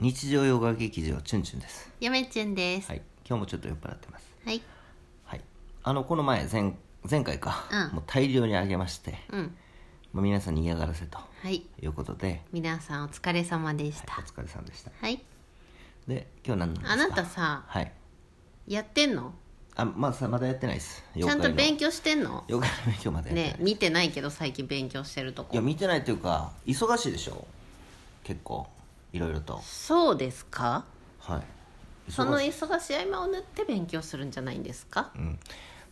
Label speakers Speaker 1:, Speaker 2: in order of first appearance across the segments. Speaker 1: 日常洋画劇場チュンチュンです
Speaker 2: やめちゅんです
Speaker 1: はい今日もちょっと酔っ払ってます
Speaker 2: はい、
Speaker 1: はいあのこの前前前回か、
Speaker 2: うん
Speaker 1: もう大量にあげまして、
Speaker 2: うん
Speaker 1: もう皆さんに嫌がらせと
Speaker 2: はい
Speaker 1: いうことで
Speaker 2: 皆さんお疲れ様でし
Speaker 1: お
Speaker 2: た
Speaker 1: 疲れさんでした
Speaker 2: はい、
Speaker 1: で今日何なんですか
Speaker 2: あなたさ
Speaker 1: はい
Speaker 2: やってんの
Speaker 1: あまあさまだやってないです
Speaker 2: ちゃんと勉
Speaker 1: 強
Speaker 2: 強してんの
Speaker 1: 妖怪の勉強まだやってない
Speaker 2: ね、見てないけど最近勉強してると
Speaker 1: いや
Speaker 2: こ
Speaker 1: 見てないというか忙しいでしょ結構いろいろと
Speaker 2: そうですか
Speaker 1: はい
Speaker 2: その
Speaker 1: 忙しい
Speaker 2: 忙しい合間を縫って勉強するんじゃないんですか、
Speaker 1: うん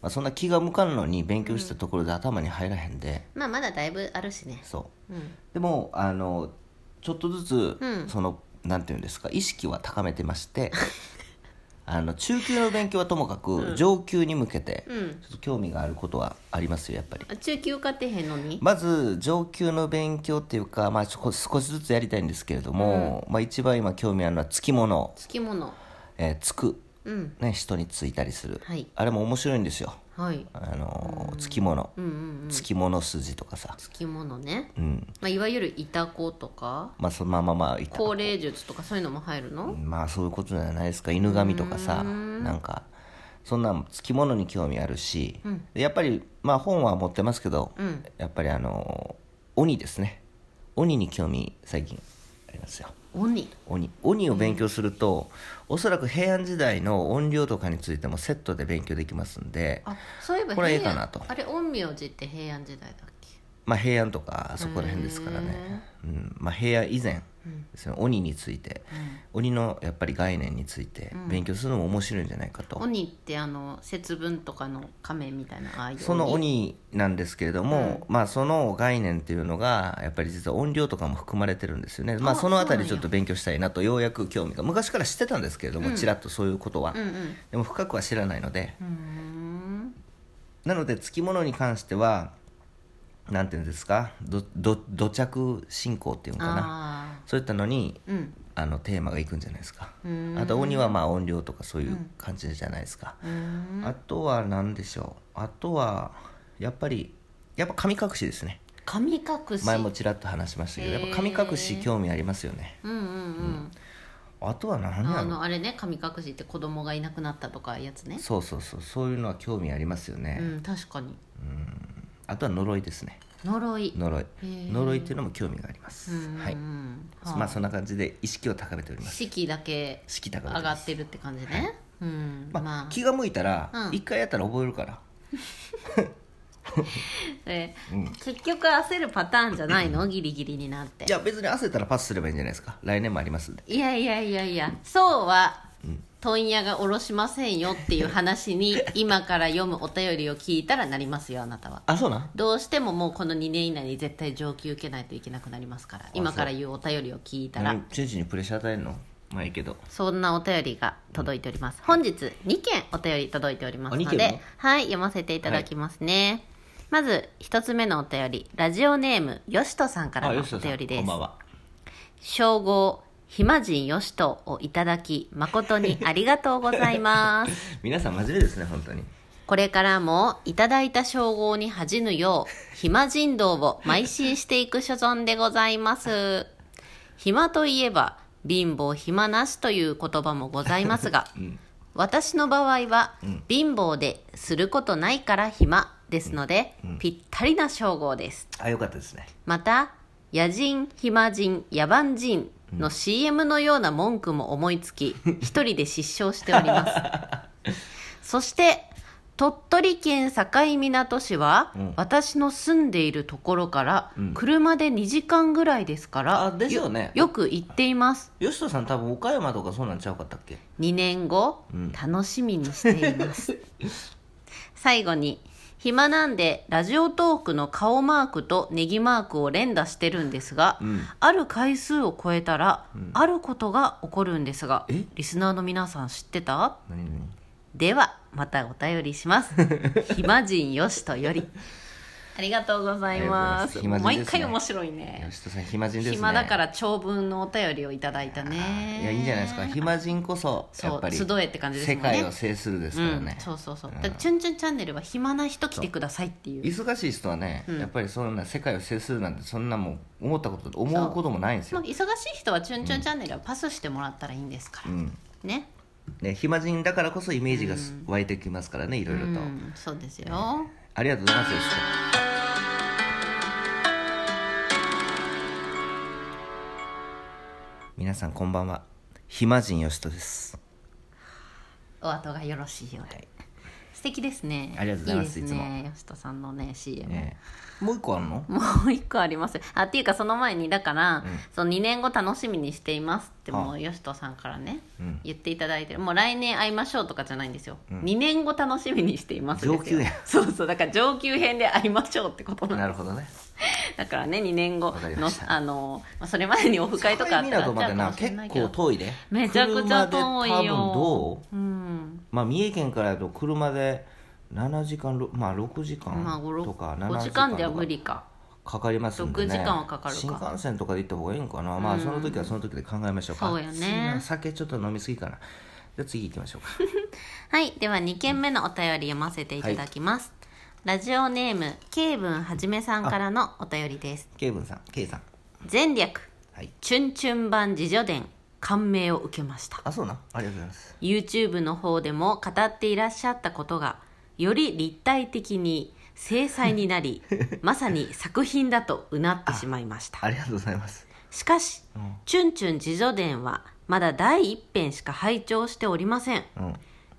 Speaker 1: まあ、そんな気が向かんのに勉強したところで頭に入らへんで、
Speaker 2: まあまだだいぶあるしね
Speaker 1: そう
Speaker 2: うん
Speaker 1: でもあのちょっとずつ、
Speaker 2: うん
Speaker 1: そのなんていうんですか意識は高めてまして あの中級の勉強はともかく、上級に向けて、
Speaker 2: うん
Speaker 1: ちょっと興味があることはありますよやっぱり
Speaker 2: あ中級受かってへんのに
Speaker 1: まず上級の勉強っていうか、まあ、ちょこ少しずつやりたいんですけれども、まあ、一番今興味あるのはつきもの、
Speaker 2: つきもの
Speaker 1: えーつく、
Speaker 2: うん
Speaker 1: ね、人についたりする、
Speaker 2: はい
Speaker 1: あれも面白いんですよ
Speaker 2: はい
Speaker 1: あのーつきもの、
Speaker 2: うんうん
Speaker 1: つきもの筋とかさ、
Speaker 2: つきものね、
Speaker 1: うん
Speaker 2: まあ、いわゆるいたことか
Speaker 1: まあ、そのまあまあまあいた
Speaker 2: 高齢術とかそういうのも入るの、
Speaker 1: まあそういうことじゃないですか犬神とかさなんかそんなんつきものに興味あるし、でやっぱりまあ本は持ってますけど、
Speaker 2: ん
Speaker 1: やっぱりあの鬼ですね鬼に興味最近ありますよ
Speaker 2: 鬼
Speaker 1: 鬼鬼を勉強すると、おそらく平安時代の怨霊とかについてもセットで勉強できますんで
Speaker 2: あそういえば
Speaker 1: これ
Speaker 2: 平
Speaker 1: いいか
Speaker 2: 安
Speaker 1: なと
Speaker 2: あれ陰陽師って平安時代だっけ
Speaker 1: まあ平安とかそこら辺ですからね、うんまあ、平安以前ですね、鬼について、鬼のやっぱり概念について勉強するのも面白いんじゃないかと、
Speaker 2: 鬼ってあの節分とかの亀みたいなああいう
Speaker 1: その鬼なんですけれども、まあその概念っていうのがやっぱり実は音量とかも含まれてるんですよねまあ
Speaker 2: あ
Speaker 1: そのあたりち
Speaker 2: そうなんや
Speaker 1: ょっと勉強したいなとようやく興味が昔から知ってたんですけれども、ちらっとそういうことは、
Speaker 2: うんうん
Speaker 1: でも深くは知らないので
Speaker 2: うーん
Speaker 1: なのでつきものに関してはなんていうんですかどど土着信仰っていうのかな
Speaker 2: あ
Speaker 1: そういったのに
Speaker 2: あうん
Speaker 1: あのテーマがいくんじゃないですか
Speaker 2: うーん
Speaker 1: あと鬼はまあ音量とかそういう感じじゃないですか、
Speaker 2: うーん
Speaker 1: あとは何でしょうあとはやっぱりやっぱ神隠しですね
Speaker 2: 神隠し
Speaker 1: 前もちらっと話しましたけどやっぱ神隠し興味ありますよね
Speaker 2: うんうんうん、
Speaker 1: あとは何や
Speaker 2: あ
Speaker 1: ろ
Speaker 2: のあれね神隠しって子供がいなくなったとかやつね
Speaker 1: そうそうそうそういうのは興味ありますよね、
Speaker 2: うん確かに
Speaker 1: あとは呪いですね
Speaker 2: 呪い
Speaker 1: 呪い
Speaker 2: へー
Speaker 1: 呪いっていうのも興味があります、
Speaker 2: うんうん
Speaker 1: はい
Speaker 2: うんは
Speaker 1: まあそんな感じで意識を高めております
Speaker 2: 士気だけ
Speaker 1: 意識高めてお
Speaker 2: 上
Speaker 1: り
Speaker 2: が
Speaker 1: ま
Speaker 2: っ
Speaker 1: す
Speaker 2: てるって感じね、うん
Speaker 1: ま
Speaker 2: ま
Speaker 1: あ、
Speaker 2: あ、
Speaker 1: 気が向いたら
Speaker 2: うん
Speaker 1: 一、回やったら覚えるから
Speaker 2: え結局焦るパターンじゃないのギリギリになって
Speaker 1: いや別に焦ったらパスすればいいんじゃないですか来年もありますんで
Speaker 2: いやいやいやいやそうは問屋がおろしませんよっていう話に今から読むお便りを聞いたらなりますよあなたは
Speaker 1: あそうなん
Speaker 2: どうしてももうこの2年以内に絶対上級受けないといけなくなりますから今から言うお便りを聞いたら
Speaker 1: 何チュンチュンにプレッシャー与えるのまあいいけど
Speaker 2: そんなお便りが届いております本日2件お便り届いておりま
Speaker 1: あ
Speaker 2: すの
Speaker 1: 二件も
Speaker 2: ではい読ませていただきますね、まず1つ目のお便りラジオネームよしとさんから
Speaker 1: あ
Speaker 2: の
Speaker 1: よ
Speaker 2: お
Speaker 1: しとさん
Speaker 2: 便り
Speaker 1: こ
Speaker 2: で
Speaker 1: ん
Speaker 2: す
Speaker 1: ばんは
Speaker 2: 称号暇人よしとをいただき誠にありがとうございま す
Speaker 1: 皆さん真面目ですね本当に
Speaker 2: これからもいただいた称号に恥じぬよう暇人道を邁進していく所存でございます暇といえば貧乏暇なしという言葉もございますが、私の場合は、貧乏ですることないから暇ですので、ぴったりな称号です
Speaker 1: あよかったですね
Speaker 2: また野人暇人野蛮人の CM のような文句も思いつき、一人で失笑しておりますそして鳥取県境港市は、私の住んでいるところから、車で2時間ぐらいですから
Speaker 1: あですよね
Speaker 2: よく行っています
Speaker 1: よしとさん多分岡山とかそうなんちゃうかったっけ
Speaker 2: 2年後、楽しみにしています 最後に暇なんでラジオトークの顔マークとネギマークを連打してるんですが、ある回数を超えたら、あることが起こるんですが
Speaker 1: え
Speaker 2: リスナーの皆さん知ってた
Speaker 1: 何々
Speaker 2: ではまたお便りします暇人よしとよりありがとうございます
Speaker 1: ありがとうござい
Speaker 2: 毎
Speaker 1: ます
Speaker 2: 回面白いね
Speaker 1: 吉田さん暇人ですね
Speaker 2: 暇だから長文のお便りをいただいた
Speaker 1: あ
Speaker 2: ね
Speaker 1: ーいやいいんじゃないですか暇人こそ
Speaker 2: そう
Speaker 1: やっぱり
Speaker 2: 集えって感じですも
Speaker 1: 世
Speaker 2: んね
Speaker 1: 界を制するですからね、
Speaker 2: うん、そうそうそう、
Speaker 1: うん
Speaker 2: だからチュンチュンチャンネルは暇な人来てくださいっていう
Speaker 1: 忙しい人はね、やっぱりそんな世界を制するなんてそんなもう思ったこと思うこともないんです
Speaker 2: ま
Speaker 1: よ
Speaker 2: あ、、忙しい人はチュンチュンチャンネルはパスしてもらったらいいんですから、
Speaker 1: うん
Speaker 2: ね
Speaker 1: ね、暇人だからこそイメージがす湧いてきますからねいろいろ
Speaker 2: う
Speaker 1: と、
Speaker 2: んそうですよ、
Speaker 1: ありがとうございますよしこ皆さんこんばんは暇人よしとです
Speaker 2: お後がよろしいようで、
Speaker 1: はい
Speaker 2: 素敵ですね
Speaker 1: ありがとうございます
Speaker 2: いですね吉田さんのね CM、
Speaker 1: ねえもう一個あるの
Speaker 2: もう一個ありますよあっていうかその前にだから、その2年後楽しみにしていますってもう吉人さんからね、
Speaker 1: うん
Speaker 2: 言っていただいてるもう来年会いましょうとかじゃないんですよ、2年後楽しみにしていますですよ
Speaker 1: 上級編
Speaker 2: そうそうだから上級編で会いましょうってことなんで
Speaker 1: なるほどね
Speaker 2: だからね2年後
Speaker 1: わかり
Speaker 2: の
Speaker 1: ました
Speaker 2: あの、まあ、それまでにオフ会とかあったら
Speaker 1: 境港までな
Speaker 2: 会っちゃ
Speaker 1: 結
Speaker 2: うかもしれないけど
Speaker 1: 構遠いで
Speaker 2: めちゃくちゃ遠いよ
Speaker 1: 車で多分どう
Speaker 2: うん
Speaker 1: まあ三重県からだと車で7時間ろまあ6時間
Speaker 2: まあ
Speaker 1: とか
Speaker 2: 5
Speaker 1: 7
Speaker 2: 時間では無理か
Speaker 1: かかりますんで、ね、
Speaker 2: 6時間はかかるか
Speaker 1: 新幹線とかで行った方がいいんかな、まあその時はその時で考えましょうか
Speaker 2: そうやね
Speaker 1: 暑いな酒ちょっと飲みすぎかなじゃあ次行きましょうか
Speaker 2: はいでは2件目のお便り読ませていただきます、ラジオネームケイブンはじめさんからのお便りです
Speaker 1: ケイブンさんケイさん
Speaker 2: 前略
Speaker 1: はい
Speaker 2: チュンチュン版自叙伝感銘を受けました
Speaker 1: あそうなありがとうございます
Speaker 2: YouTube の方でも語っていらっしゃったことがより立体的に精細に なりまさに作品だとうなってしまいました
Speaker 1: ありがとうございます
Speaker 2: しかし、チュンチュン自叙伝はまだ第一編しか拝聴しておりません
Speaker 1: うん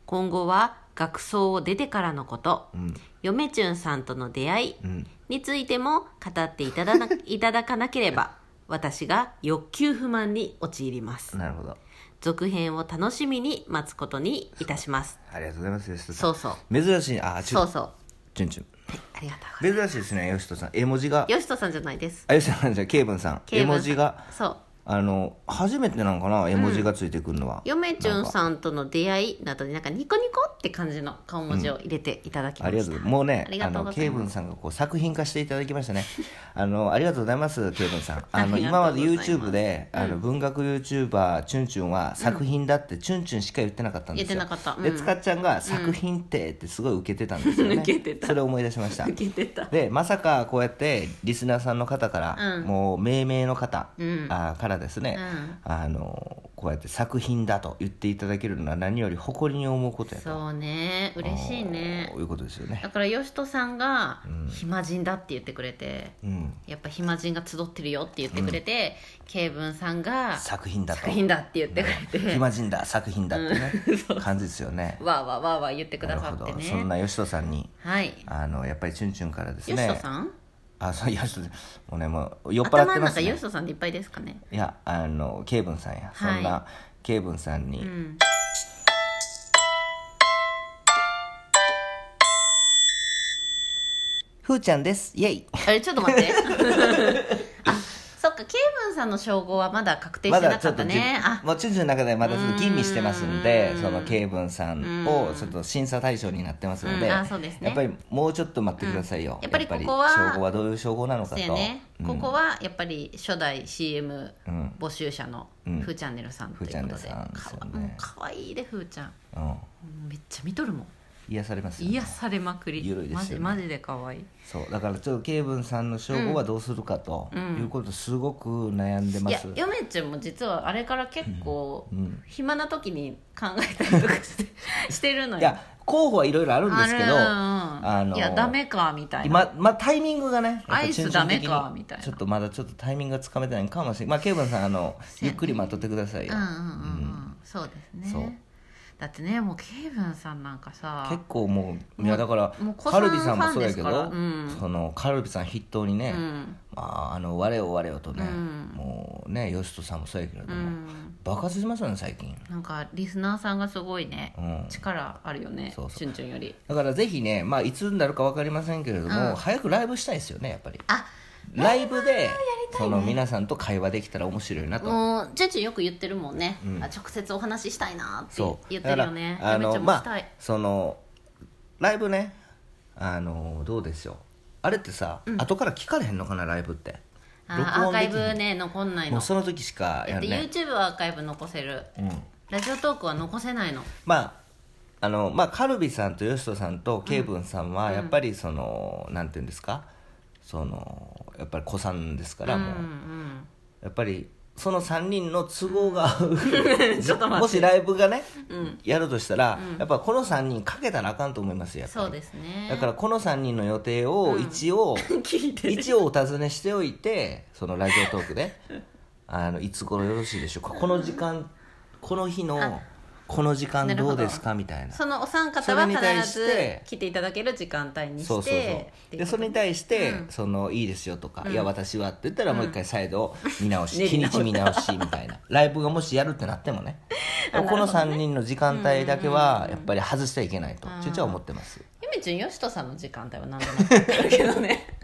Speaker 2: 今後は学装を出てからのこと、
Speaker 1: ん
Speaker 2: 嫁チュンさんとの出会い
Speaker 1: うん
Speaker 2: についても語ってい ただないただかなければ私が欲求不満に陥ります
Speaker 1: なるほど
Speaker 2: 続編を楽しみに待つことにいたします
Speaker 1: ありがとうございます吉田さ
Speaker 2: そ
Speaker 1: ん
Speaker 2: うそう
Speaker 1: 珍しいあち
Speaker 2: そ
Speaker 1: ょ
Speaker 2: うそうは
Speaker 1: ちゅんちゅん
Speaker 2: いありがとうございま
Speaker 1: 珍しいですね吉田さん絵文字が
Speaker 2: すよしとさんじゃないです
Speaker 1: あ吉田さんじゃないケイブンさん
Speaker 2: ケイ
Speaker 1: 絵
Speaker 2: ブンさん
Speaker 1: 文字が
Speaker 2: そう
Speaker 1: あの初めてなのかな絵文字がついてくるのは、
Speaker 2: 嫁チュンさんとの出会いなどになんかニコニコって感じの顔文字を入れていただきま
Speaker 1: あ
Speaker 2: した、
Speaker 1: りがとうもうね
Speaker 2: あり
Speaker 1: あ
Speaker 2: がとう
Speaker 1: の
Speaker 2: ござ
Speaker 1: ケ
Speaker 2: い
Speaker 1: イ
Speaker 2: ます
Speaker 1: ブンさんがこう作品化していただきましたねあのありがとうございますケイブンさんあの
Speaker 2: ありが
Speaker 1: 今
Speaker 2: とう
Speaker 1: ま
Speaker 2: ご
Speaker 1: で
Speaker 2: ざいます
Speaker 1: YouTube で、あの文学 YouTuber チュンチュンは作品だって、チュンチュンしか言ってなかったんですよ
Speaker 2: 言ってなかったうん
Speaker 1: でつかっちゃんが作品ってってすごい受けてたんですよね、
Speaker 2: うん受けてた
Speaker 1: それを思い出しました
Speaker 2: 受けてた
Speaker 1: でまさかこうやってリスナーさんの方から、
Speaker 2: うん
Speaker 1: もう命名の方、
Speaker 2: うん
Speaker 1: あーからですね、あのこうやって作品だと言っていただけるのは何より誇りに思うことやと
Speaker 2: そうね嬉しいね
Speaker 1: こういうことですよね
Speaker 2: だからよしとさんが暇人だって言ってくれて、
Speaker 1: うん
Speaker 2: やっぱ暇人が集ってるよって言ってくれて、ケイブンさんが
Speaker 1: 作品だと
Speaker 2: 作品だって言ってくれて、
Speaker 1: 暇人だ作品だってね、 感じですよね
Speaker 2: わーわーわーわー言ってく
Speaker 1: な
Speaker 2: だ
Speaker 1: る
Speaker 2: さ
Speaker 1: ほ
Speaker 2: っ
Speaker 1: ど
Speaker 2: て
Speaker 1: そん
Speaker 2: ね
Speaker 1: な吉戸さんに
Speaker 2: はい
Speaker 1: あのやっぱりチュンチュンからです
Speaker 2: よ
Speaker 1: ね
Speaker 2: しとさん、
Speaker 1: あそう吉戸さんもうねもう酔っ払っ
Speaker 2: 頭
Speaker 1: て
Speaker 2: の
Speaker 1: ま
Speaker 2: 中
Speaker 1: す
Speaker 2: よ
Speaker 1: ね
Speaker 2: しとさんでいっぱいですかね
Speaker 1: いやあのケイブンさんや、
Speaker 2: はい
Speaker 1: そんなケイブンさんに、
Speaker 2: ん
Speaker 1: ふーちゃんですイエイ
Speaker 2: あれちょっと待って あそっかケイブンさんの称号はまだ確定して
Speaker 1: ま
Speaker 2: な
Speaker 1: だち
Speaker 2: か
Speaker 1: ょ
Speaker 2: っ
Speaker 1: っと
Speaker 2: たねあ
Speaker 1: もうチュンチュンの中でまだちょっと吟味してますんで
Speaker 2: うーん
Speaker 1: そのケイブンさんをちょっと審査対象になってますので,、
Speaker 2: うんあそうですね
Speaker 1: やっぱりもうちょっと待ってくださいよ、
Speaker 2: うんやっぱりここは
Speaker 1: やっぱり称号はどういう称号なのか
Speaker 2: そうや
Speaker 1: と、
Speaker 2: ね、
Speaker 1: うん
Speaker 2: ここはやっぱり初代 CM
Speaker 1: うん
Speaker 2: 募集者の
Speaker 1: ん
Speaker 2: ふーチャンネルさんという
Speaker 1: ふ
Speaker 2: こと
Speaker 1: ーチャンネルさんですよ
Speaker 2: か
Speaker 1: ね
Speaker 2: わもう可愛いでふーちゃんも
Speaker 1: うん、
Speaker 2: うめっちゃ見とるもん
Speaker 1: 癒されますよね
Speaker 2: 癒されまくり、
Speaker 1: ゆるいで
Speaker 2: マ
Speaker 1: す
Speaker 2: ジ
Speaker 1: よね
Speaker 2: マジで可愛い
Speaker 1: そうだからちょっとケイブンさんの称号はどうするかということすごく悩んで
Speaker 2: い
Speaker 1: ま
Speaker 2: や
Speaker 1: す、
Speaker 2: 嫁ちゃんも実はあれから結構
Speaker 1: うんうん
Speaker 2: 暇な時に考えたりとかし てしてるのよ
Speaker 1: いや候補はいろいろあるんですけど
Speaker 2: あるうん
Speaker 1: あの
Speaker 2: いやダメかみたいな
Speaker 1: 今、まあ、タイミングがねやっぱ
Speaker 2: アイス
Speaker 1: チュンチュン的に
Speaker 2: ダメかみたいな
Speaker 1: ちょっとまだちょっとタイミングがつかめてないかもしれないまあケイブンさんあの
Speaker 2: そう
Speaker 1: ゆ
Speaker 2: やね
Speaker 1: っくり待っとってくださいよ、
Speaker 2: うんうんうんうん、そうです
Speaker 1: そう
Speaker 2: ねだってねもうケイブンさんなんかさ
Speaker 1: 結構もういやだから
Speaker 2: もう子さ
Speaker 1: カ
Speaker 2: ん
Speaker 1: ルビさんもそうやけ
Speaker 2: ファ
Speaker 1: ど、
Speaker 2: ンですか
Speaker 1: そ
Speaker 2: らうん
Speaker 1: のカルビさん筆頭にね、
Speaker 2: うん
Speaker 1: まああの我よ我よとね、
Speaker 2: うん
Speaker 1: もうね吉人さんもそうやけれど
Speaker 2: う
Speaker 1: も、
Speaker 2: ん
Speaker 1: 爆発しますよね最近、
Speaker 2: なんかリスナーさんがすごいね、
Speaker 1: うん、
Speaker 2: 力あるよね
Speaker 1: そうそう
Speaker 2: チュンチュンより
Speaker 1: だからぜひね、まあ、いつになるか分かりませんけれども、
Speaker 2: うん
Speaker 1: 早くライブしたいですよねやっぱり
Speaker 2: あ
Speaker 1: ライブでその皆さんと会話できたら面白いなと、
Speaker 2: もうチュンチュンよく言ってるもんね、
Speaker 1: ん
Speaker 2: あ直接お話ししたいなって
Speaker 1: そう
Speaker 2: 言ってるよね
Speaker 1: だからあ
Speaker 2: めっ
Speaker 1: の
Speaker 2: ちゃも
Speaker 1: ま
Speaker 2: したい、
Speaker 1: あそのライブねあのどうでしょうあれってさ、後から聞かれへんのかなライブって
Speaker 2: あ
Speaker 1: 録
Speaker 2: ーアー
Speaker 1: 音でき
Speaker 2: カイ
Speaker 1: ん
Speaker 2: ブね残んない
Speaker 1: も
Speaker 2: の
Speaker 1: うその時しか
Speaker 2: だ
Speaker 1: や
Speaker 2: って
Speaker 1: るね
Speaker 2: YouTube はアーカイブ残せる、
Speaker 1: ん
Speaker 2: ラジオトークは残せないの
Speaker 1: まああのまあカルビさんとヨシトさんとケイブンさんはやっぱりその、なんていうんですかそのやっぱり子さんですから、もう
Speaker 2: うんうん
Speaker 1: やっぱりその3人の都合が合う
Speaker 2: ちょっと待って
Speaker 1: もしライブがね、やるとしたら、やっぱこの3人かけたらあかんと思いますよやっぱり
Speaker 2: そうですね
Speaker 1: だからこの3人の予定を一応、
Speaker 2: 聞いてる
Speaker 1: 一応お尋ねしておいてそのラジオトークで あのいつ頃よろしいでしょうかこの時間この日のこの時間どうですかみたいな
Speaker 2: そのお三方は
Speaker 1: それに対
Speaker 2: 必
Speaker 1: し
Speaker 2: ず
Speaker 1: て
Speaker 2: 来ていただける時間帯にして
Speaker 1: そうそうそうでそれに対して、
Speaker 2: うん
Speaker 1: そのいいですよとか、いや私はって言ったらもう一回再度見直 し、
Speaker 2: 練
Speaker 1: 日
Speaker 2: り
Speaker 1: に
Speaker 2: 直す
Speaker 1: ち見直しみたいなライブがもしやるってなってもね
Speaker 2: あなるほどね
Speaker 1: この3人の時間帯だけはやっぱり外してはいけないとちょいちょい思ってます
Speaker 2: ゆめちゃんよしとさんの時間帯は何でも分かるけどね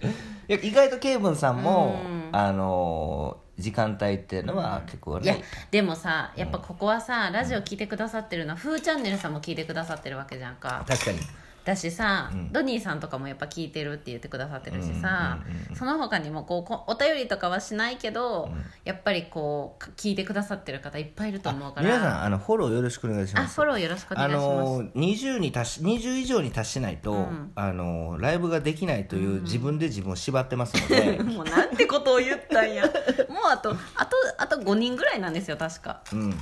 Speaker 1: いや意外とケイブンさんも、
Speaker 2: う
Speaker 1: あのー時間帯っていうのは結構
Speaker 2: いや
Speaker 1: ね、
Speaker 2: でもさやっぱここはさラジオ聞いてくださってるのは、ふーチャンネルさんも聞いてくださってるわけじゃんか
Speaker 1: 確かに
Speaker 2: だしさ、
Speaker 1: ん
Speaker 2: ドニーさんとかもやっぱ聞いてるって言ってくださってるしさ、その他にもこうこお便りとかはしないけど、やっぱりこうか聞いてくださってる方いっぱいいると思うから
Speaker 1: 皆さんあのフォローよろしくお願いし
Speaker 2: あ
Speaker 1: ます
Speaker 2: フォローよろしくお願
Speaker 1: あ
Speaker 2: いします、
Speaker 1: のー20に達し20以上に達しないと、あのーライブができないという自分で自分を縛ってますの で、
Speaker 2: もうなんてことを言ったんやもうあとあとあと5人ぐらいなんですよ確か
Speaker 1: うん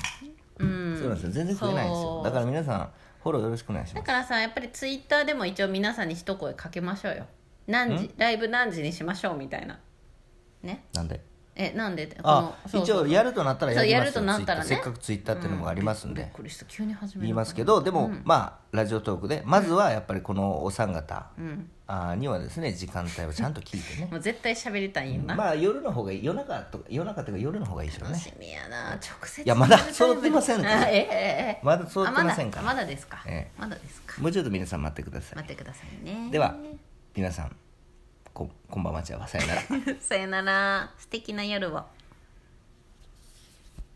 Speaker 2: うん
Speaker 1: そうなんですよ全然増えないんです
Speaker 2: そ
Speaker 1: よ
Speaker 2: う
Speaker 1: だから皆さんフォローよろしくお願いします
Speaker 2: だからさやっぱりツイッターでも一応皆さんに一声かけましょうよ何時ライブ何時にしましょうみたいなね
Speaker 1: なんで
Speaker 2: えなんでこ
Speaker 1: あ
Speaker 2: そう
Speaker 1: 一応やるとなったらやりますよ
Speaker 2: そうやるとなったらね
Speaker 1: ツイッターせっかくツイッターっていうのもありますん
Speaker 2: び
Speaker 1: で
Speaker 2: っ、くりした急に始める
Speaker 1: 言いますけどでも、まあラジオトークでまずはやっぱりこのお三方、あーにはですね時間帯をちゃんと聞いてね
Speaker 2: も う絶対喋りたいんやな、
Speaker 1: まあ夜の方がいい夜中とか夜中とか夜の方がいいですよ
Speaker 2: 楽
Speaker 1: ね
Speaker 2: しみやな直接
Speaker 1: いやまだ
Speaker 2: リアルタイムで
Speaker 1: 揃ってませんから
Speaker 2: あええええ
Speaker 1: まだ揃ってませんか
Speaker 2: あ
Speaker 1: ら
Speaker 2: まだまだですか、
Speaker 1: え
Speaker 2: まだですか
Speaker 1: もうちょっと皆さん待ってください
Speaker 2: 待ってくださいね
Speaker 1: では皆さんここんばんはじゃあさよなら
Speaker 2: さよなら素敵な夜を